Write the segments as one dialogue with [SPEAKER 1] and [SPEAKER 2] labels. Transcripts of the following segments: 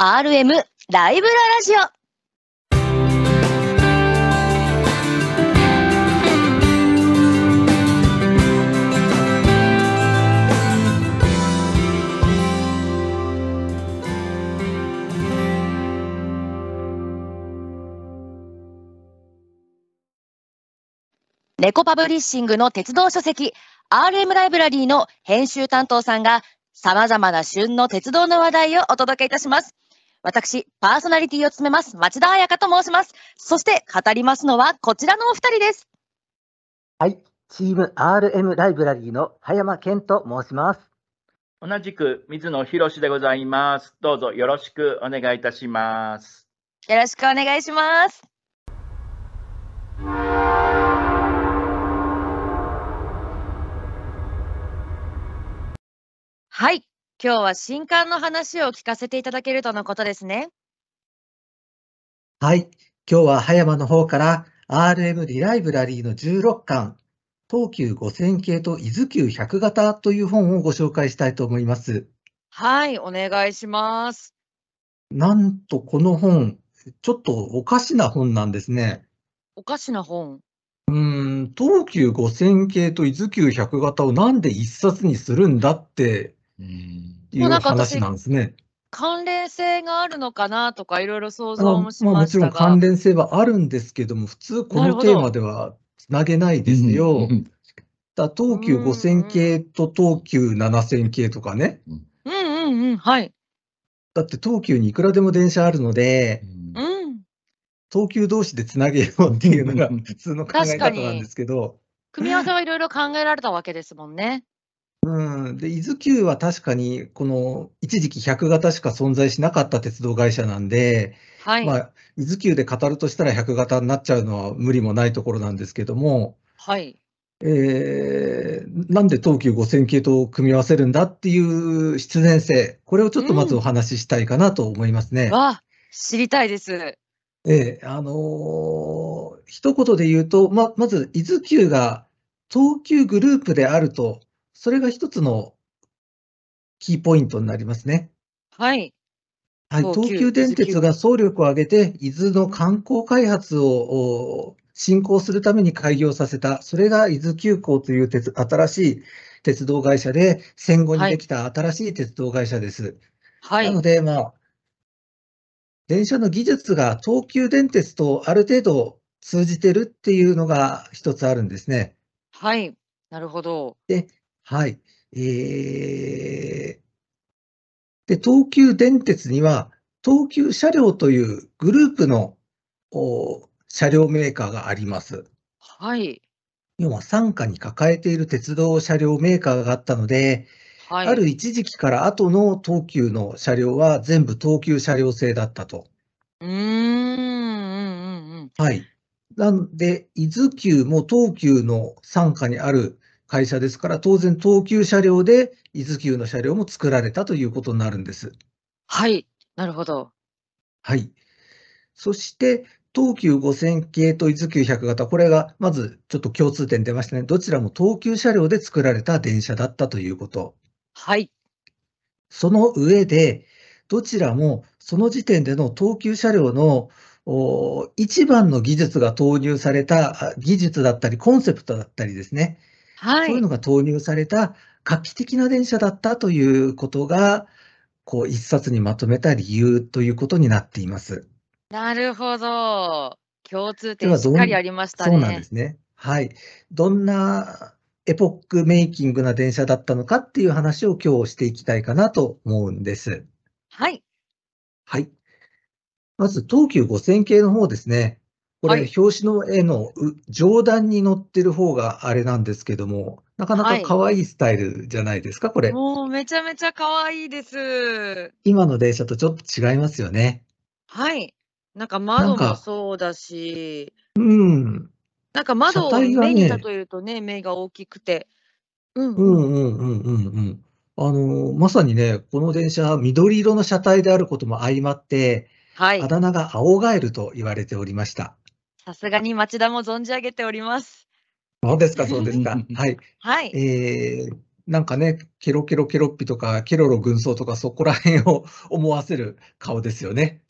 [SPEAKER 1] RM ライブララジオ。猫パブリッシングの鉄道書籍 RM ライブラリーの編集担当さんが様々な旬の鉄道の話題をお届けいたします。私、パーソナリティを務めます、町田彩香と申します。そして、語りますのは、こちらのお二人です。
[SPEAKER 2] はい、チーム RM ライブラリーの葉山健と申します。
[SPEAKER 3] 同じく水野博史でございます。どうぞよろしくお願いいたします。
[SPEAKER 1] よろしくお願いします。はい、今日は新刊の話を聞かせていただけるとのことですね。
[SPEAKER 4] はい。今日は葉山の方から RM リライブラリーの16巻、東急5000系と伊豆急100型という本をご紹介したいと思います。
[SPEAKER 1] はい、お願いします。
[SPEAKER 4] なんとこの本、ちょっとおかしな本なんですね。
[SPEAKER 1] おかしな本。
[SPEAKER 4] うーん、東急5000系と伊豆急100型をなんで一冊にするんだってい
[SPEAKER 1] も
[SPEAKER 4] う
[SPEAKER 1] うなんか私
[SPEAKER 4] 話なんですね。
[SPEAKER 1] 関連性があるのかなとかいろいろ想
[SPEAKER 4] あの
[SPEAKER 1] 像もしまし
[SPEAKER 4] まあ
[SPEAKER 1] た
[SPEAKER 4] もちろん関
[SPEAKER 1] が、
[SPEAKER 4] 連性はあるんですけども、普通こ
[SPEAKER 1] なる
[SPEAKER 4] の
[SPEAKER 1] ほ
[SPEAKER 4] テ
[SPEAKER 1] ど
[SPEAKER 4] ーマではつなげないですよ。だ東急
[SPEAKER 1] うんうん
[SPEAKER 4] 5000系と東急7000系とかね。
[SPEAKER 1] うんうんうん、はい。
[SPEAKER 4] だって東急にいくらでも電車あるので、
[SPEAKER 1] うん。
[SPEAKER 4] 東急同士でつなげようっていうのが普通の考
[SPEAKER 1] 確
[SPEAKER 4] え
[SPEAKER 1] か
[SPEAKER 4] 方
[SPEAKER 1] に
[SPEAKER 4] なんですけど、
[SPEAKER 1] 組み合わせはいろいろ考えられたわけですもんね。
[SPEAKER 4] うん、で伊豆急は確かにこの一時期100型しか存在しなかった鉄道会社なんで、
[SPEAKER 1] はい。
[SPEAKER 4] まあ、伊豆急で語るとしたら100型になっちゃうのは無理もないところなんですけども、
[SPEAKER 1] はい。
[SPEAKER 4] えーなんで東急5000系と組み合わせるんだっていう必然性、これをちょっとまずお話ししたいかなと思いますね。
[SPEAKER 1] わ、知りたいです。
[SPEAKER 4] ええ、あのー一言で言うと、ま、まず、伊豆急が東急グループであると、それが一つのキーポイントになりますね。
[SPEAKER 1] はい。
[SPEAKER 4] はい、
[SPEAKER 1] 東急
[SPEAKER 4] 東急電鉄が総力を挙げて、伊豆の観光開発をお進行するために開業させた、それが伊豆急行という鉄新しい鉄道会社で、戦後に
[SPEAKER 1] はい
[SPEAKER 4] できた新しい鉄道会社です。
[SPEAKER 1] は
[SPEAKER 4] ないの。で、まあ、電車の技術が東急電鉄とある程度通じてるっていうのが一つあるんですね。
[SPEAKER 1] はい。なるほど。
[SPEAKER 4] はい。えーで、東急電鉄には、東急車両というグループのお車両メーカーがあります。
[SPEAKER 1] はい。
[SPEAKER 4] 要は傘下に抱えている鉄道車両メーカーがあったので、
[SPEAKER 1] はい。
[SPEAKER 4] ある一時期から後の東急の車両は全部東急車両製だったと。
[SPEAKER 1] うーん。うんうんうん。
[SPEAKER 4] はい。なんで、伊豆急も東急の傘下にある会社ですから、当然東急車両で伊豆急の車両も作られたということになるんです。
[SPEAKER 1] はい。なるほど。
[SPEAKER 4] はい。そして、東急5000系と伊豆急100型、これがまずちょっと共通点出ましたね。どちらも東急車両で作られた電車だったということ。
[SPEAKER 1] はい。
[SPEAKER 4] その上で、どちらもその時点での東急車両のお一番の技術が投入されたあ技術だったり、コンセプトだったりですね、
[SPEAKER 1] は
[SPEAKER 4] そういう
[SPEAKER 1] い。
[SPEAKER 4] のが投入された画期的な電車だったということが、こう一冊にまとめた理由ということになっています。
[SPEAKER 1] なるほど。共通
[SPEAKER 4] で
[SPEAKER 1] 点
[SPEAKER 4] は
[SPEAKER 1] し
[SPEAKER 4] ど
[SPEAKER 1] っ
[SPEAKER 4] ん
[SPEAKER 1] かりありましたね。
[SPEAKER 4] そうなんですね。はい。どんなエポックメイキングな電車だったのかっていう話を今日していきたいかなと思うんです。
[SPEAKER 1] はい。
[SPEAKER 4] はい。まず、東急5000系の方ですね。こ
[SPEAKER 1] は
[SPEAKER 4] れ
[SPEAKER 1] い、
[SPEAKER 4] 表紙の絵のう上段に載ってる方があれなんですけども、なかな
[SPEAKER 1] は
[SPEAKER 4] か
[SPEAKER 1] い
[SPEAKER 4] 可愛いスタイルじゃないですか、これ。
[SPEAKER 1] もうめちゃめちゃ可愛いです。
[SPEAKER 4] 今の電車とちょっと違いますよね。
[SPEAKER 1] はい。なんか窓も
[SPEAKER 4] か
[SPEAKER 1] そうだし、
[SPEAKER 4] うん、
[SPEAKER 1] なんか窓を
[SPEAKER 4] 車体が
[SPEAKER 1] 目
[SPEAKER 4] ね
[SPEAKER 1] に例えるとね、目が大きくて。うん
[SPEAKER 4] う
[SPEAKER 1] うん。
[SPEAKER 4] ん、うん、うん、うん、うん。あの、まさにね、この電車、緑色の車体であることも相まって、
[SPEAKER 1] はい
[SPEAKER 4] あ。だ名が青ガエルと言われておりました。
[SPEAKER 1] さすがに町田も存じ上げております。
[SPEAKER 4] そうですか、そうですか。はい。
[SPEAKER 1] はい。
[SPEAKER 4] えーなんかね、ケロケロケロッピとか、ケロロ軍曹とか、そこら辺を 思わせる顔ですよね。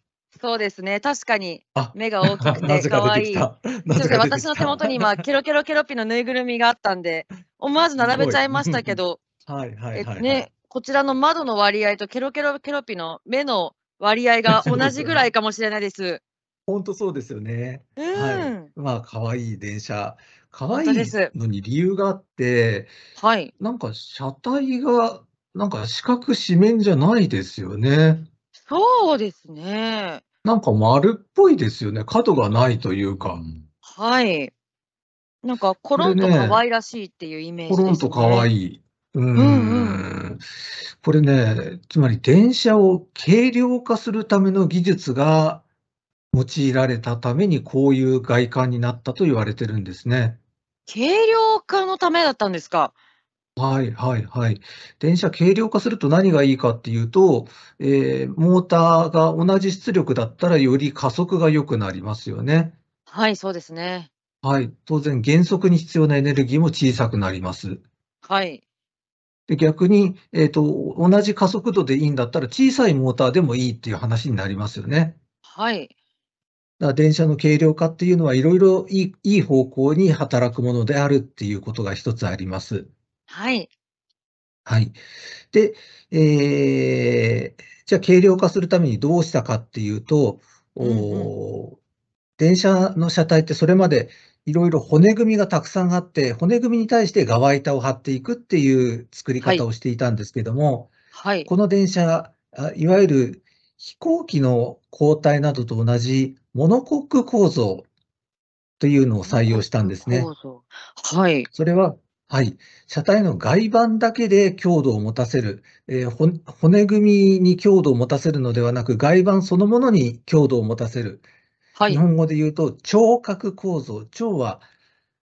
[SPEAKER 1] そうですね。確かに
[SPEAKER 4] あ
[SPEAKER 1] 目が大きく
[SPEAKER 4] な
[SPEAKER 1] て
[SPEAKER 4] ぜ
[SPEAKER 1] 可
[SPEAKER 4] か出
[SPEAKER 1] 愛
[SPEAKER 4] て
[SPEAKER 1] い
[SPEAKER 4] き。
[SPEAKER 1] ちょった
[SPEAKER 4] な
[SPEAKER 1] と
[SPEAKER 4] ぜか出てきた。
[SPEAKER 1] 私の手元に 今、ケロケロケロッピのぬいぐるみがあったんで、思わず並べちゃいましたけど、
[SPEAKER 4] はいはい
[SPEAKER 1] えっと
[SPEAKER 4] はいはい。
[SPEAKER 1] ね、こちらの窓の割合とケロケロケロッピの目の割合 が同じぐらいかもしれないです。
[SPEAKER 4] 本当そうですよね。
[SPEAKER 1] うん、
[SPEAKER 4] はい。まあ、可愛い電車。可愛い
[SPEAKER 1] 当です
[SPEAKER 4] のに理由があって、
[SPEAKER 1] はい。
[SPEAKER 4] なんか車体が、なんか四角四面じゃないですよね。
[SPEAKER 1] そうですね。
[SPEAKER 4] なんか丸っぽいですよね。角がないというか、
[SPEAKER 1] はい。なんかコロンと
[SPEAKER 4] これね
[SPEAKER 1] 可愛らしいっていうイメージ
[SPEAKER 4] コ
[SPEAKER 1] です、ね。
[SPEAKER 4] ロンと可
[SPEAKER 1] い。
[SPEAKER 4] 愛い。うー
[SPEAKER 1] うん
[SPEAKER 4] ん。これね、つまり電車を軽量化するための技術が用いられたために、こういう外観になったと言われてるんですね。
[SPEAKER 1] 軽量化のためだったんですか。
[SPEAKER 4] はいはいはい。電車軽量化すると何がいいかっていうと、えーモーターが同じ出力だったらより加速が良くなりますよね。
[SPEAKER 1] はい、そうですね。
[SPEAKER 4] はい。当然、減速に必要なエネルギーも小さくなります。
[SPEAKER 1] はい。
[SPEAKER 4] で、逆に、えっと、同じ加速度でいいんだったら小さいモーターでもいいっていう話になりますよね。
[SPEAKER 1] はい。
[SPEAKER 4] だから電車の軽量化っていうのはいろいろいい、いい方向に働くものであるっていうことが一つあります。
[SPEAKER 1] はい。
[SPEAKER 4] はい。で、えーじゃあ軽量化するためにどうしたかっていうと、おー電車の車体ってそれまでいろいろ骨組みがたくさんあって、骨組みに対して側板を張っていくっていう作り
[SPEAKER 1] はい
[SPEAKER 4] 方をしていたんですけども、
[SPEAKER 1] はい。
[SPEAKER 4] この電車、あいわゆる飛行機の鋼体などと同じモノコック構造というのを採用したんですね。
[SPEAKER 1] 構造はい。
[SPEAKER 4] それは、はい、車体の外板だけで強度を持たせる、えーほん骨組みに強度を持たせるのではなく、外板そのものに強度を持たせる。
[SPEAKER 1] は
[SPEAKER 4] 日
[SPEAKER 1] い。
[SPEAKER 4] 本語で言うと、聴覚構造。聴は、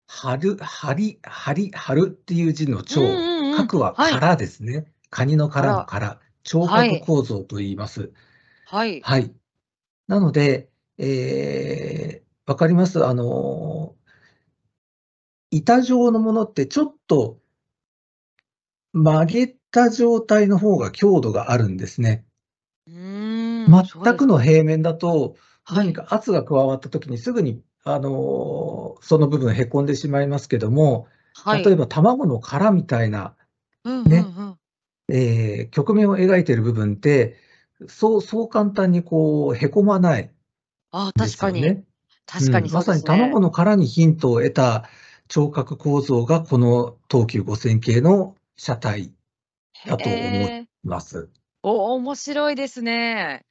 [SPEAKER 4] 張る、張り、張り、張るっていう字の
[SPEAKER 1] うん
[SPEAKER 4] 聴。
[SPEAKER 1] うんうん
[SPEAKER 4] 核は
[SPEAKER 1] はい。
[SPEAKER 4] 殻ですね。カニの殻の殻。聴覚構造と言います。
[SPEAKER 1] はい。
[SPEAKER 4] はい。なので、えーわかりますあのー、板状のものってちょっと曲げた状態の方が強度があるんですね。
[SPEAKER 1] うーん。そうで
[SPEAKER 4] 全
[SPEAKER 1] す
[SPEAKER 4] くの平面だと、
[SPEAKER 1] は
[SPEAKER 4] 何
[SPEAKER 1] い。
[SPEAKER 4] か圧が加わった時にすぐに、あのーその部分へこんでしまいますけども、
[SPEAKER 1] はい。
[SPEAKER 4] 例えば卵の殻みたいな、
[SPEAKER 1] うん
[SPEAKER 4] ね
[SPEAKER 1] うんうん
[SPEAKER 4] えー曲面を描いている部分って、そう、そう簡単にこう、へこまない
[SPEAKER 1] ああ、
[SPEAKER 4] で
[SPEAKER 1] 確
[SPEAKER 4] す
[SPEAKER 1] か
[SPEAKER 4] よ
[SPEAKER 1] に。
[SPEAKER 4] ね。
[SPEAKER 1] 確か
[SPEAKER 4] う
[SPEAKER 1] に
[SPEAKER 4] ん
[SPEAKER 1] そ
[SPEAKER 4] ま
[SPEAKER 1] うで
[SPEAKER 4] さに
[SPEAKER 1] すね
[SPEAKER 4] 卵。の殻にヒントを得た聴覚構造がこの東急5000系の車体いだと思
[SPEAKER 1] えー、
[SPEAKER 4] ます。
[SPEAKER 1] お、面白いですね。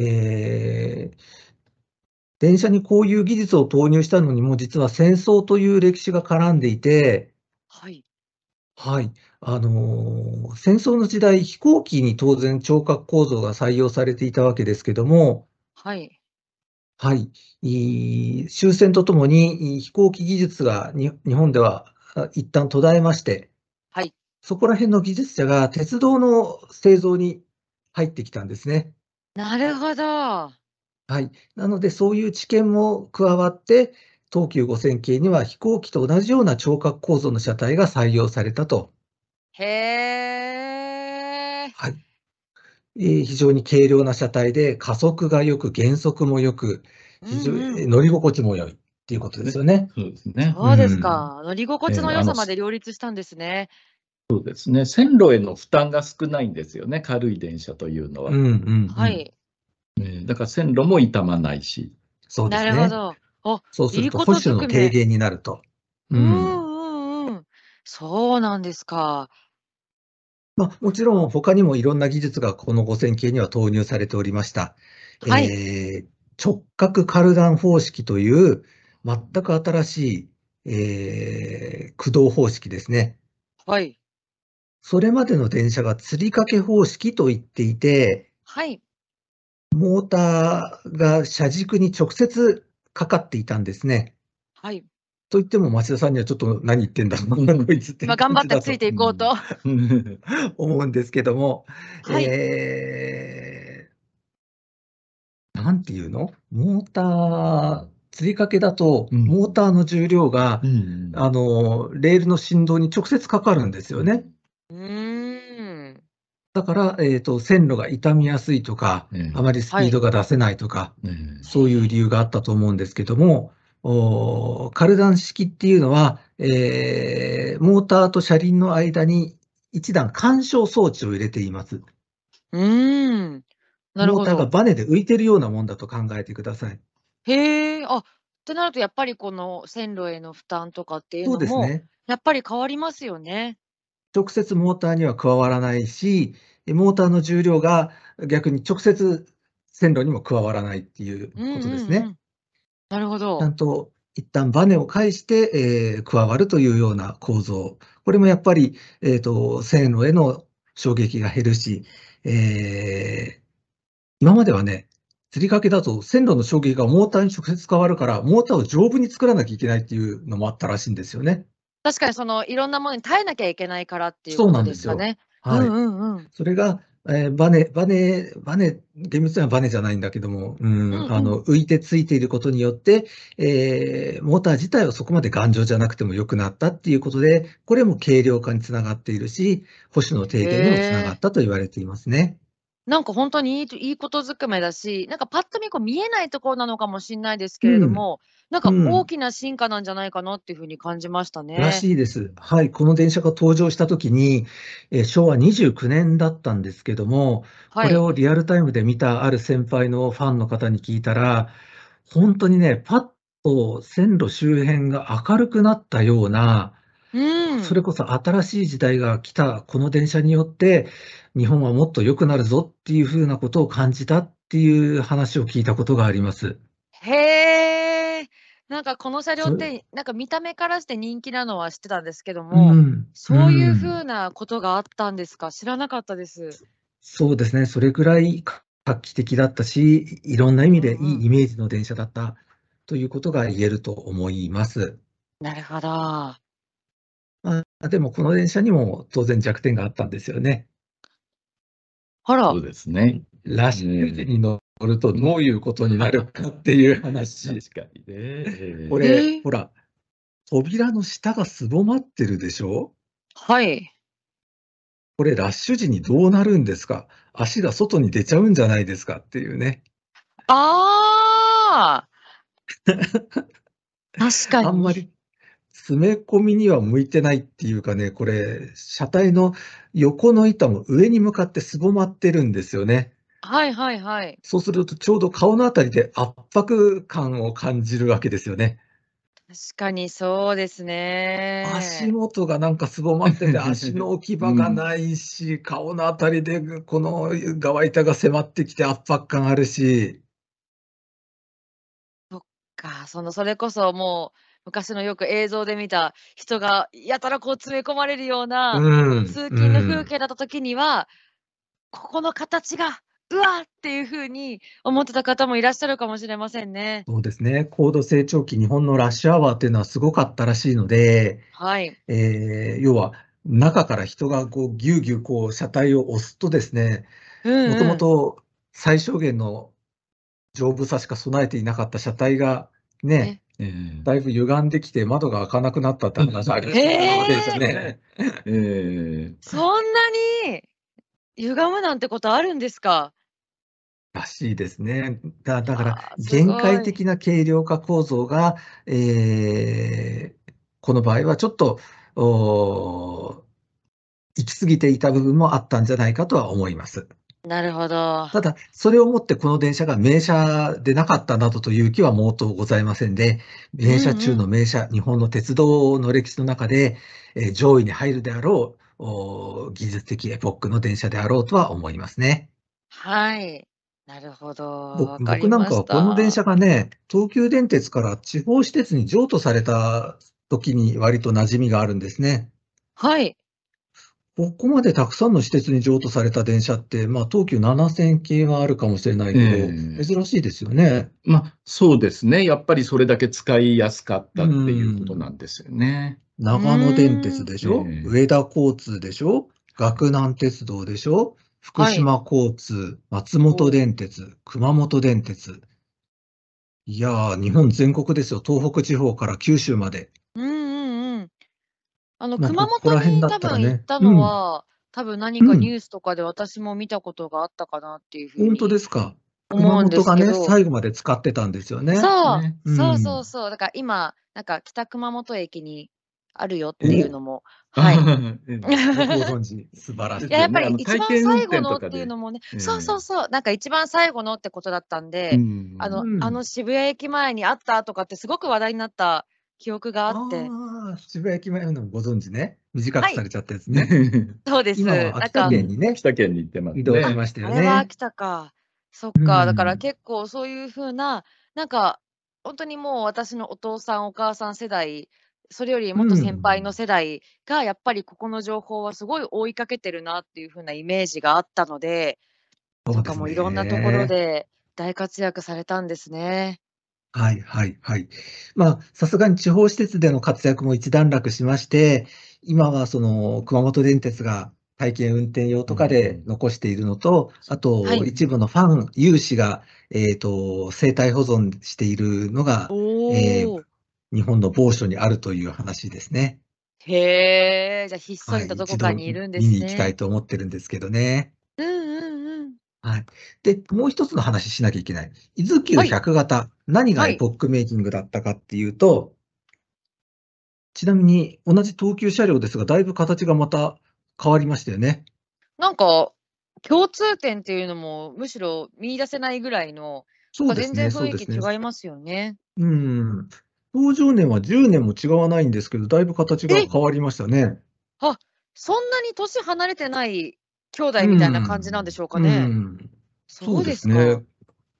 [SPEAKER 4] えー電車にこういう技術を投入したのにも実は戦争という歴史が絡んでいて、
[SPEAKER 1] はい。
[SPEAKER 4] はい、あのー戦争の時代飛行機に当然聴覚構造が採用されていたわけですけども、
[SPEAKER 1] はい。
[SPEAKER 4] はい、いい終戦とともにいい飛行機技術がに日本ではあ一旦途絶えまして、
[SPEAKER 1] はい。
[SPEAKER 4] そこら辺の技術者が鉄道の製造に入ってきたんですね。
[SPEAKER 1] なるほど。
[SPEAKER 4] はい。なので、そういう知見も加わって、東急5000系には飛行機と同じような聴覚構造の車体が採用されたと。
[SPEAKER 1] へえ。
[SPEAKER 4] はい。えー非常に軽量な車体で、加速が良く、減速も良く、非常
[SPEAKER 1] うんうん
[SPEAKER 4] に乗り心地も良いっていうことですよね。
[SPEAKER 3] そうですね。
[SPEAKER 1] そうで
[SPEAKER 4] う
[SPEAKER 1] す
[SPEAKER 4] ん
[SPEAKER 1] か。乗り心地の
[SPEAKER 3] えー
[SPEAKER 1] 良
[SPEAKER 3] あ
[SPEAKER 1] さ
[SPEAKER 3] の
[SPEAKER 1] まで両立したんですね。
[SPEAKER 3] そうですね。線路への負担が少ないんですよね。軽い電車というのは。
[SPEAKER 4] うんうんうん。
[SPEAKER 1] はい。
[SPEAKER 3] えーだから線路も傷まないし。
[SPEAKER 4] そうで
[SPEAKER 1] な
[SPEAKER 4] す
[SPEAKER 1] るほ
[SPEAKER 4] ね。
[SPEAKER 1] ど。あ、
[SPEAKER 4] そうすると、
[SPEAKER 1] いいこ
[SPEAKER 4] 保
[SPEAKER 1] と
[SPEAKER 4] 守
[SPEAKER 1] ず
[SPEAKER 4] の
[SPEAKER 1] くめ
[SPEAKER 4] 低減になると。
[SPEAKER 1] う
[SPEAKER 4] うんん。
[SPEAKER 1] うんうん。そうなんですか。
[SPEAKER 4] まあ、もちろん他にもいろんな技術がこの5000系には投入されておりました。
[SPEAKER 1] はい。
[SPEAKER 4] えー直角カルダン方式という全く新しい、えー駆動方式ですね。
[SPEAKER 1] はい。
[SPEAKER 4] それまでの電車が吊り掛け方式と言っていて、
[SPEAKER 1] はい。
[SPEAKER 4] モーターが車軸に直接かかっていたんですね。
[SPEAKER 1] はい。
[SPEAKER 4] と言っても町田さんにはちょっと何言ってんだろうな、こいつって
[SPEAKER 1] まあ、頑張って
[SPEAKER 4] 感じ
[SPEAKER 1] つ
[SPEAKER 4] だ
[SPEAKER 1] い
[SPEAKER 4] と
[SPEAKER 1] ていこうと。は
[SPEAKER 4] 思うんですけども、
[SPEAKER 1] い。
[SPEAKER 4] えーなんていうのモーター、吊り掛けだと、
[SPEAKER 3] うん
[SPEAKER 4] モーターの重量が、
[SPEAKER 3] うん
[SPEAKER 4] あの、レールの振動に直接かかるんですよね。
[SPEAKER 1] うーん。
[SPEAKER 4] だから、えーと、線路が傷みやすいとか、
[SPEAKER 5] うん
[SPEAKER 4] あまりスピードが出せないとか、
[SPEAKER 5] うん
[SPEAKER 4] そういう理由があったと思うんですけども、おカルダン式っていうのは、えーモーターと車輪の間に一段干渉装置を入れています。
[SPEAKER 1] うーん。なる
[SPEAKER 4] モ
[SPEAKER 1] ほ
[SPEAKER 4] ーターが
[SPEAKER 1] ど。
[SPEAKER 4] バネで浮いてるようなもんだと考えてください。
[SPEAKER 1] へえ、あ、ってなると、やっぱりこの線路への負担とかっていう
[SPEAKER 4] そう
[SPEAKER 1] の
[SPEAKER 4] です
[SPEAKER 1] も、
[SPEAKER 4] ね。
[SPEAKER 1] やっぱり変わりますよね。
[SPEAKER 4] 直接モーターには加わらないし、モーターの重量が逆に直接線路にも加わらないっていう
[SPEAKER 1] うん
[SPEAKER 4] ことです
[SPEAKER 1] うんう
[SPEAKER 4] ね。
[SPEAKER 1] んなるほど。
[SPEAKER 4] ちゃんと一旦バネを介して、えー加わるというような構造。これもやっぱり、えーと線路への衝撃が減るし、えー今まではね、釣りかけだと線路の衝撃がモーターに直接変わるから、モーターを丈夫に作らなきゃいけないっていうのもあったらしいんですよね。
[SPEAKER 1] 確かにそのいろんなものに耐えなきゃいけないからっていう
[SPEAKER 4] そう
[SPEAKER 1] こ
[SPEAKER 4] な
[SPEAKER 1] と
[SPEAKER 4] ん
[SPEAKER 1] で
[SPEAKER 4] ですす
[SPEAKER 1] か
[SPEAKER 4] よ
[SPEAKER 1] ね。
[SPEAKER 4] はい。
[SPEAKER 1] うんうんうん。
[SPEAKER 4] それが、えーバネ、バネ、バネ、厳密にはバネじゃないんだけども、うん
[SPEAKER 1] うん
[SPEAKER 4] あの、浮いてついていることによって、えーモーター自体はそこまで頑丈じゃなくても良くなったっていうことで、これも軽量化につながっているし、保守の低減にもつながったと言われていますね。
[SPEAKER 1] なんか本当にいいといいことづくめだし、なんかパッと見こう見えないところなのかもしれないですけれども、なんか
[SPEAKER 4] うん
[SPEAKER 1] 大きな進化なんじゃないかなっていうふうに感じましたね。
[SPEAKER 4] らしいです。はい、この電車が登場したときに、えー昭和29年だったんですけども、こ
[SPEAKER 1] はい。
[SPEAKER 4] れをリアルタイムで見たある先輩のファンの方に聞いたら、本当にね、パッと線路周辺が明るくなったような、
[SPEAKER 1] うん。
[SPEAKER 4] それこそ新しい時代が来たこの電車によって、日本はもっと良くなるぞっていうふうなことを感じたっていう話を聞いたことがあります。
[SPEAKER 1] へえ。なんかこの車両
[SPEAKER 4] そ
[SPEAKER 1] って、なんか見た目からして人気なのは知ってたんですけど
[SPEAKER 4] う
[SPEAKER 1] も、
[SPEAKER 4] ん、
[SPEAKER 1] そういうふ
[SPEAKER 4] ん
[SPEAKER 1] うなことがあったんですか知らなかったです。
[SPEAKER 4] そうですね、それくらい画期的だったし、いろんな意味で
[SPEAKER 1] うんうん
[SPEAKER 4] いいイメージの電車だったということが言えると思います。
[SPEAKER 1] なるほど。
[SPEAKER 4] まあ、でもこの電車にも当然弱点があったんですよね。
[SPEAKER 1] あら
[SPEAKER 5] そ、うですね。
[SPEAKER 4] ラッシュ時に乗るとどういうことになるかっていう話。
[SPEAKER 5] 確かにね。ええ
[SPEAKER 4] こ
[SPEAKER 1] え
[SPEAKER 4] れ、
[SPEAKER 1] ー
[SPEAKER 4] ほら、扉の下がすぼまってるでしょ
[SPEAKER 1] はい。
[SPEAKER 4] これ、ラッシュ時にどうなるんですか足が外に出ちゃうんじゃないですかっていうね。
[SPEAKER 1] ああ 確かに。
[SPEAKER 4] あんまり詰め込みには向いてないっていうかね、これ、車体の横の板も上に向かってすぼまってるんですよね。
[SPEAKER 1] はいはいはい。
[SPEAKER 4] そうすると、ちょうど顔のあたりで圧迫感を感じるわけですよね。
[SPEAKER 1] 確かにそうですね。
[SPEAKER 4] 足元がなんかすぼまっ てて、足の置き場がないし、顔のあたりでこの側板が迫ってきて圧迫感あるし、
[SPEAKER 1] か、そのそれこそもう昔のよく映像で見た人がやたらこう詰め込まれるような、
[SPEAKER 4] うん
[SPEAKER 1] 通勤の
[SPEAKER 4] う
[SPEAKER 1] 風
[SPEAKER 4] ん
[SPEAKER 1] 景だった時には、ここの形がうわっっていうふうに思ってた方もいらっしゃるかもしれませんね。
[SPEAKER 4] そうですね、高度成長期、日本のラッシュアワーっていうのはすごかったらしいので、
[SPEAKER 1] はい。
[SPEAKER 4] えー要は中から人がこうぎゅうぎゅうこう車体を押すとですね、
[SPEAKER 1] うん
[SPEAKER 4] もとも
[SPEAKER 1] うん
[SPEAKER 4] と最小限の丈夫さしか備えていなかった車体がね、
[SPEAKER 5] ええ
[SPEAKER 4] だいぶ歪んできて窓が開かなくなったって話ありましたね。
[SPEAKER 5] ええ
[SPEAKER 1] そんなに歪むなんてことあるんですか。
[SPEAKER 4] らしいですね。だだか
[SPEAKER 1] あ
[SPEAKER 4] ら
[SPEAKER 1] ーすごい
[SPEAKER 4] 限界的な軽量化構造が、えーこの場合はちょっとおー行き過ぎていた部分もあったんじゃないかとは思います。
[SPEAKER 1] なるほど。
[SPEAKER 4] ただ、それをもってこの電車が名車でなかったなどという気は毛頭ございませんで、名車中の名車、日本の鉄道の歴史の中で、えー上位に入るであろう、おー技術的エポックの電車であろうとは思いますね。
[SPEAKER 1] はい。なるほど。
[SPEAKER 4] ぼ
[SPEAKER 1] わかり
[SPEAKER 4] 僕なん
[SPEAKER 1] ま
[SPEAKER 4] かは
[SPEAKER 1] した。
[SPEAKER 4] この電車がね、東急電鉄から地方施設に譲渡された時に割と馴染みがあるんですね。
[SPEAKER 1] はい。
[SPEAKER 4] ここまでたくさんの施設に譲渡された電車って、まあ東急7000系はあるかもしれないけど、
[SPEAKER 5] ええ
[SPEAKER 4] 珍しいですよね。
[SPEAKER 5] まあ、そうですね。やっぱりそれだけ使いやすかったっていうことなんですよね。
[SPEAKER 4] 長野電鉄でし
[SPEAKER 5] う
[SPEAKER 4] ょ、
[SPEAKER 5] ーん
[SPEAKER 4] 上田交通でしょ岳南鉄道でしょ福島交通、松本電鉄、熊本電鉄。いやー、日本全国ですよ。東北地方から九州まで。
[SPEAKER 1] うんうんうん。あの、
[SPEAKER 4] まあ
[SPEAKER 1] 熊
[SPEAKER 4] ここら
[SPEAKER 1] 本
[SPEAKER 4] 辺
[SPEAKER 1] に
[SPEAKER 4] だ
[SPEAKER 1] 多
[SPEAKER 4] ったら
[SPEAKER 1] 分
[SPEAKER 4] ね
[SPEAKER 1] 行ったのは、多分何か
[SPEAKER 4] うん
[SPEAKER 1] ニュースとかで私も見たことがあったかなっていうふうに。
[SPEAKER 4] 本当ですか。
[SPEAKER 1] 思
[SPEAKER 4] 熊
[SPEAKER 1] うんで
[SPEAKER 4] 本
[SPEAKER 1] す
[SPEAKER 4] が
[SPEAKER 1] け
[SPEAKER 4] ね、
[SPEAKER 1] ど。
[SPEAKER 4] 最後まで使ってたんですよね。
[SPEAKER 1] そう、
[SPEAKER 5] ね
[SPEAKER 4] うん
[SPEAKER 1] そうそうそう。だから今、なんか北熊本駅にあるよっていうのも、 はい。い
[SPEAKER 5] はい。
[SPEAKER 4] よくご存知、素晴らしい。
[SPEAKER 1] や、やっぱ
[SPEAKER 5] あ
[SPEAKER 1] り
[SPEAKER 5] の
[SPEAKER 1] 一番
[SPEAKER 5] 体験運
[SPEAKER 1] 最
[SPEAKER 5] 転
[SPEAKER 1] 後の
[SPEAKER 5] と
[SPEAKER 1] っ
[SPEAKER 5] かで
[SPEAKER 1] ていうのもね、
[SPEAKER 5] ええ
[SPEAKER 1] そうそうそう、なんか一番最後のってことだったんで、
[SPEAKER 5] うん
[SPEAKER 1] あの、
[SPEAKER 4] うん
[SPEAKER 1] あの渋谷駅前にあったとかってすごく話題になった記憶があって、
[SPEAKER 4] あー渋谷駅前のご存知ね。短くされちゃったやつね。
[SPEAKER 1] そうです。
[SPEAKER 4] 今は
[SPEAKER 1] なん
[SPEAKER 4] 秋
[SPEAKER 1] か
[SPEAKER 4] 田、県にね、
[SPEAKER 5] 北県に行ってますね。
[SPEAKER 4] 移動しましたよ
[SPEAKER 1] あ
[SPEAKER 4] ね。
[SPEAKER 1] れは秋田か。そっか、だか
[SPEAKER 4] う
[SPEAKER 1] ら
[SPEAKER 4] ん
[SPEAKER 1] 結構そういうふうな、なんか、本当にもう私のお父さん、お母さん世代、それよりもっと先輩の世代が、やっぱりここの情報はすごい追いかけてるなっていうふうなイメージがあったので、
[SPEAKER 4] そう
[SPEAKER 1] と
[SPEAKER 4] です
[SPEAKER 1] かも
[SPEAKER 4] ね
[SPEAKER 1] いろんなところ。で大活躍されたんですね。
[SPEAKER 4] はいはいはい。まあ、さすがに地方施設での活躍も一段落しまして、今はその熊本電鉄が体験運転用とか
[SPEAKER 5] うん
[SPEAKER 4] で
[SPEAKER 5] うん
[SPEAKER 4] 残しているのと、あと
[SPEAKER 1] はい
[SPEAKER 4] 一部のファン、有志が、えっと、生態保存しているのが
[SPEAKER 1] お
[SPEAKER 4] えー
[SPEAKER 1] お、
[SPEAKER 4] 日本の某所にあるという話ですね。
[SPEAKER 1] へえ、じゃあひっそ
[SPEAKER 4] は
[SPEAKER 1] り
[SPEAKER 4] い、
[SPEAKER 1] とどこ
[SPEAKER 4] 一
[SPEAKER 1] か
[SPEAKER 4] 度
[SPEAKER 1] にいるんで
[SPEAKER 4] 見
[SPEAKER 1] す
[SPEAKER 4] に行きたい
[SPEAKER 1] ね。
[SPEAKER 4] と思ってるんですけどね。
[SPEAKER 1] うんうんうん。
[SPEAKER 4] はい。で、もう一つの話しなきゃいけない。伊豆急
[SPEAKER 1] はい
[SPEAKER 4] 100型、何がエポックメイキングだったかっていうと、ちなみに同じ東急車両ですが、だいぶ形がまた変わりましたよね。
[SPEAKER 1] なんか、共通点っていうのもむしろ見出せないぐらいの、
[SPEAKER 4] そうです
[SPEAKER 1] 全然
[SPEAKER 4] ね、そう
[SPEAKER 1] 雰囲
[SPEAKER 4] です
[SPEAKER 1] 気
[SPEAKER 4] ね。
[SPEAKER 1] 違いますよね。
[SPEAKER 4] うん。搭乗年は10年も違わないんですけど、だいぶ形が変わりましたね。
[SPEAKER 1] そんなに年離れてない兄弟みたいな感じなんでしょうか
[SPEAKER 4] う
[SPEAKER 1] ね。
[SPEAKER 4] ん
[SPEAKER 1] そ
[SPEAKER 4] そう
[SPEAKER 1] う
[SPEAKER 4] で
[SPEAKER 1] ですすか。
[SPEAKER 4] ね。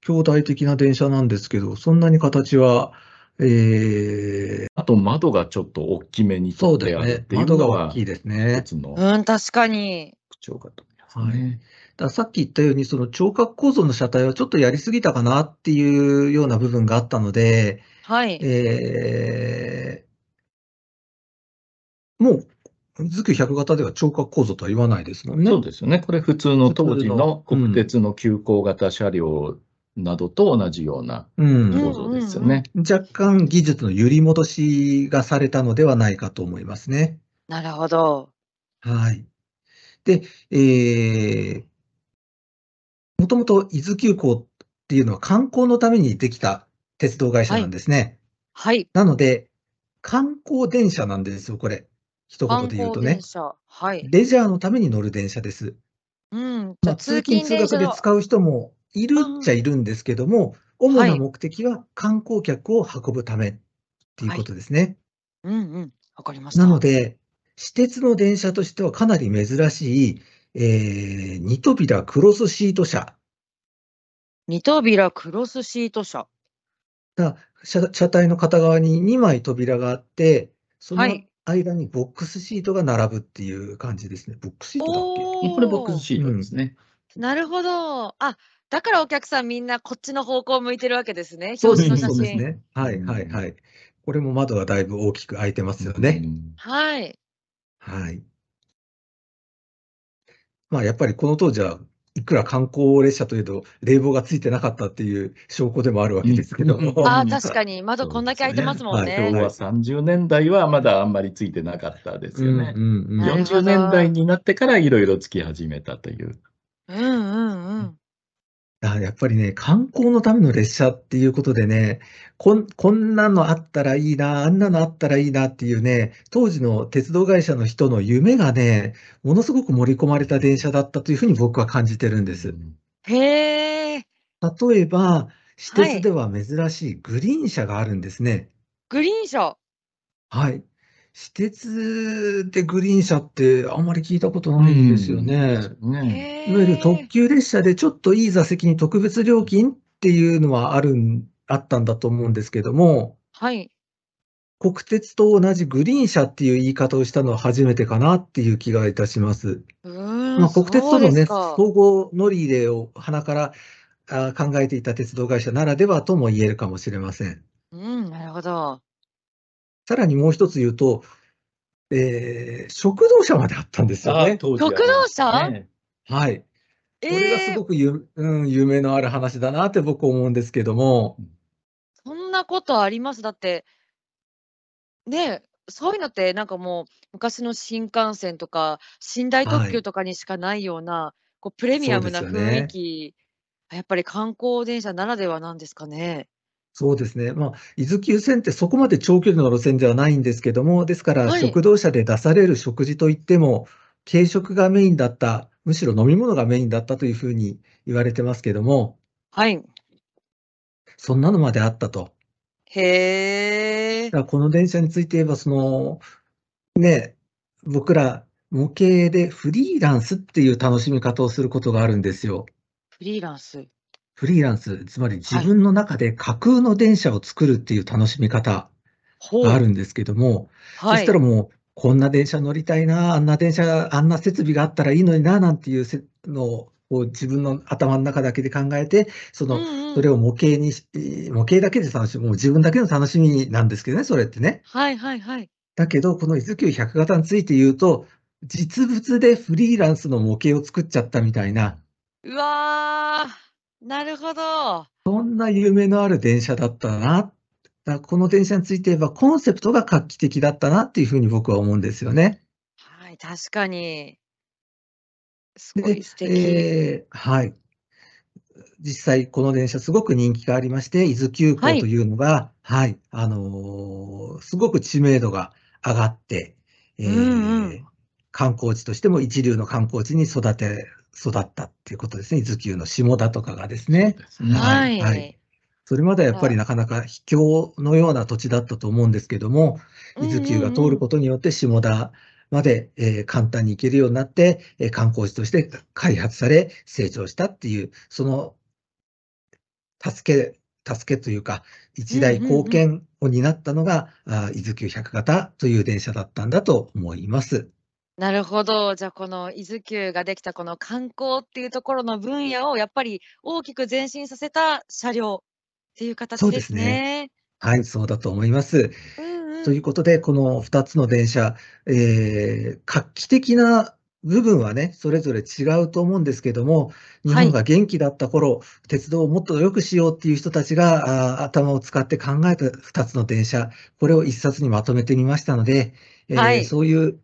[SPEAKER 4] 兄弟的な電車なんですけど、そんなに形は、えー
[SPEAKER 5] あと窓がちょっと大きめに
[SPEAKER 4] そ
[SPEAKER 5] 取
[SPEAKER 4] う
[SPEAKER 5] っ
[SPEAKER 4] です
[SPEAKER 5] てあるっ
[SPEAKER 4] ね。
[SPEAKER 5] ていう
[SPEAKER 4] 窓が
[SPEAKER 5] のは、
[SPEAKER 4] 大きいです
[SPEAKER 5] 一
[SPEAKER 4] ね。
[SPEAKER 5] つの
[SPEAKER 1] うん、確かに。
[SPEAKER 5] 特徴かと思います
[SPEAKER 4] はい
[SPEAKER 5] ね。
[SPEAKER 4] だからさっき言ったように、その聴覚構造の車体はちょっとやりすぎたかなっていうような部分があったので、
[SPEAKER 1] はい。
[SPEAKER 4] えーもう、ズキ100型では聴覚構造とは言わないですもんね。
[SPEAKER 5] そうですよね。これ普通の
[SPEAKER 4] 普通の
[SPEAKER 5] 当時の国鉄の急行型車両などと同じような
[SPEAKER 4] うん
[SPEAKER 5] 構造ですよね。
[SPEAKER 4] 若干技術の揺り戻しがされたのではないかと思いますね。
[SPEAKER 1] なるほど。
[SPEAKER 4] はい。で、えー、もともと伊豆急行っていうのは観光のためにできた鉄道会社なんですね。
[SPEAKER 1] はい。
[SPEAKER 4] なので、観光電車なんですよ、これ。一
[SPEAKER 1] 観
[SPEAKER 4] 言で言う
[SPEAKER 1] 光
[SPEAKER 4] とね
[SPEAKER 1] 電。車。はい。
[SPEAKER 4] レジャーのために乗る電車です。
[SPEAKER 1] うん。じゃ
[SPEAKER 4] まあ、
[SPEAKER 1] あ通
[SPEAKER 4] 通勤・
[SPEAKER 1] 勤
[SPEAKER 4] 通
[SPEAKER 1] 電車
[SPEAKER 4] 学で
[SPEAKER 1] の。
[SPEAKER 4] 使う人もいるっちゃいるんですけども、主な目的は観光客を運ぶためっていうことですね。
[SPEAKER 1] うんうん。わかりました。
[SPEAKER 4] なので、私鉄の電車としてはかなり珍しい、えー、2扉クロスシート車
[SPEAKER 1] 二扉クロスシート車。
[SPEAKER 4] が車車体の片側に2枚扉があって、その
[SPEAKER 1] はい
[SPEAKER 4] 間にボックスシートが並ぶっていう感じですね。ボックスシートだっけ
[SPEAKER 1] お
[SPEAKER 5] これボック
[SPEAKER 1] お
[SPEAKER 5] ス。シートですね。
[SPEAKER 1] なるほど。あ、だからお客さんみんなこっちの方向向いてるわけですね。
[SPEAKER 4] そう
[SPEAKER 1] 表
[SPEAKER 4] です
[SPEAKER 1] 紙
[SPEAKER 4] ね、
[SPEAKER 1] の写
[SPEAKER 5] 表
[SPEAKER 4] そ
[SPEAKER 1] 真。
[SPEAKER 4] うですね。
[SPEAKER 5] 紙
[SPEAKER 4] はいはいはい。これも窓がだいぶ大きく開いてますよね。
[SPEAKER 5] うん
[SPEAKER 1] はい。
[SPEAKER 4] はい。まあやっぱりこの当時はいくら観光列車というと冷房がついてなかったっていう証拠でもあるわけですけども。
[SPEAKER 5] うん
[SPEAKER 1] あ
[SPEAKER 5] う
[SPEAKER 1] ー、
[SPEAKER 5] ん
[SPEAKER 1] 確かに。窓こんだけ開いてますもん
[SPEAKER 4] そうです
[SPEAKER 1] ね
[SPEAKER 4] ね。
[SPEAKER 5] 昭和30年代はまだあんまりついてなかったですよね。
[SPEAKER 4] うんうんうん
[SPEAKER 1] なるほど
[SPEAKER 5] 40年代になってからいろいろつき始めたという。
[SPEAKER 1] うんうんうん。
[SPEAKER 4] あやっぱりね、観光のための列車っていうことでね、こん、こんなのあったらいいな、あんなのあったらいいなっていうね、当時の鉄道会社の人の夢がね、ものすごく盛り込まれた電車だったというふうに僕は感じてるんです。
[SPEAKER 1] へえ、
[SPEAKER 4] 例えば、私
[SPEAKER 1] は
[SPEAKER 4] 鉄
[SPEAKER 1] い
[SPEAKER 4] では珍しいグリーン車があるんですね。
[SPEAKER 1] グリーン車。
[SPEAKER 4] はい。私鉄でグリーン車ってあんまり聞いたことないですよね。
[SPEAKER 5] ね。
[SPEAKER 1] へ
[SPEAKER 4] いわゆる特
[SPEAKER 1] え。
[SPEAKER 4] 急列車でちょっといい座席に特別料金っていうのはあるん、あったんだと思うんですけども、
[SPEAKER 1] はい。
[SPEAKER 4] 国鉄と同じグリーン車っていう言い方をしたのは初めてかなっていう気がいたします。
[SPEAKER 1] うーん、
[SPEAKER 4] まあ、国鉄
[SPEAKER 1] そ
[SPEAKER 4] と
[SPEAKER 1] う
[SPEAKER 4] の
[SPEAKER 1] で
[SPEAKER 4] ね、
[SPEAKER 1] すか。
[SPEAKER 4] 総合乗り入れを鼻からあ考えていた鉄道会社ならではとも言えるかもしれません。
[SPEAKER 1] うん、なるほど。
[SPEAKER 4] さらにもう一つ言うと、えー食堂車まであったんですよね。
[SPEAKER 5] 当
[SPEAKER 1] 極道車
[SPEAKER 5] ね
[SPEAKER 4] はい。
[SPEAKER 1] え
[SPEAKER 4] これがす
[SPEAKER 1] え
[SPEAKER 4] ごくゆ、うん、夢のある話だなって僕思うんですけども、
[SPEAKER 1] そんなことあります。だって、ねえ、そういうのってなんかもう昔の新幹線とか寝台特急とかにしかないような、こうプレミアムな
[SPEAKER 4] そうですよね
[SPEAKER 1] 雰囲気、やっぱり観光電車ならではなんですかね。
[SPEAKER 4] そうですね、まあ、伊豆急線ってそこまで長距離の路線ではないんですけども、ですから、
[SPEAKER 1] はい
[SPEAKER 4] 食堂車で出される食事といっても、軽食がメインだった、むしろ飲み物がメインだったというふうに言われてますけども、
[SPEAKER 1] はい。
[SPEAKER 4] そんなのまであったと。
[SPEAKER 1] へえ
[SPEAKER 4] だ。からこの電車について言えば、その、ね、僕ら模型でフリーランスっていう楽しみ方をすることがあるんですよ。
[SPEAKER 1] フリーランス。
[SPEAKER 4] フリーランス、つまり自分の中で架空の電車を作るっていう楽しみ方
[SPEAKER 1] ほ
[SPEAKER 4] があるんですけども、そ
[SPEAKER 1] は
[SPEAKER 4] し
[SPEAKER 1] い
[SPEAKER 4] た。らもう、こんな電車乗りたいな、あんな電車、あんな設備があったらいいのにな、なんていうせのをこう自分の頭の中だけで考えて、その、
[SPEAKER 1] うんうん
[SPEAKER 4] それを模型にし、模型だけで楽しむ、もう自分だけの楽しみなんですけどね、それってね。
[SPEAKER 1] はいはいはい。
[SPEAKER 4] だけど、この伊豆急百型について言うと、実物でフリーランスの模型を作っちゃったみたいな、
[SPEAKER 1] うわー、なるほど。
[SPEAKER 4] そんな夢のある電車だったな。だからこの電車について言えば、コンセプトが画期的だったなっていうふうに僕は思うんですよね。
[SPEAKER 1] はい、確かに。すご
[SPEAKER 4] で
[SPEAKER 1] い素、敵。
[SPEAKER 4] えーはい。実際、この電車、すごく人気がありまして、伊豆急行と
[SPEAKER 1] はい
[SPEAKER 4] いうのが、はい、あのーすごく知名度が上がって、えー
[SPEAKER 1] うんうん
[SPEAKER 4] 観光地としても一流の観光地に育て、育ったっていうことですね。伊豆急の下田とかがですね。
[SPEAKER 5] そうですね
[SPEAKER 4] は
[SPEAKER 1] はいい。
[SPEAKER 4] はいそれまではやっぱりなかなか秘境のような土地だったと思うんですけども、伊豆急が通ることによって下田まで、えー簡単に行けるようになって、えー観光地として開発され成長したっていう、その助け、助けというか、一大貢献を担ったのが、あー伊豆急百型という電車だったんだと思います。
[SPEAKER 1] なるほど。じゃあ、この伊豆急ができたこの観光っていうところの分野をやっぱり大きく前進させた車両っていう形
[SPEAKER 4] そうで
[SPEAKER 1] ですす
[SPEAKER 4] ね
[SPEAKER 1] ね。
[SPEAKER 4] はい、そうだと思います。
[SPEAKER 1] うんうん
[SPEAKER 4] ということで、この2つの電車、えー画期的な部分はね、それぞれ違うと思うんですけども、日
[SPEAKER 1] はい
[SPEAKER 4] 本が元気だった頃、鉄道をもっと良くしようっていう人たちがあー頭を使って考えた2つの電車、これを1冊にまとめてみましたので、えー
[SPEAKER 1] はい
[SPEAKER 4] そういう、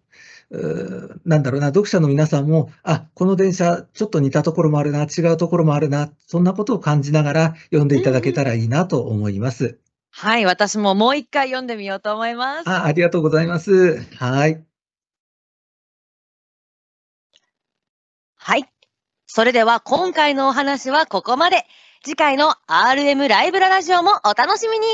[SPEAKER 4] うーなんだろうな、読者の皆さんも、あ、この電車、ちょっと似たところもあるな、違うところもあるな、そんなことを感じながら読んでいただけたらいいなと思います。
[SPEAKER 1] はい、私ももう一回読んでみようと思います。
[SPEAKER 4] あありがとうございます。はい。
[SPEAKER 6] はい。それでは今回のお話はここまで。次回の RM ライブララジオもお楽しみに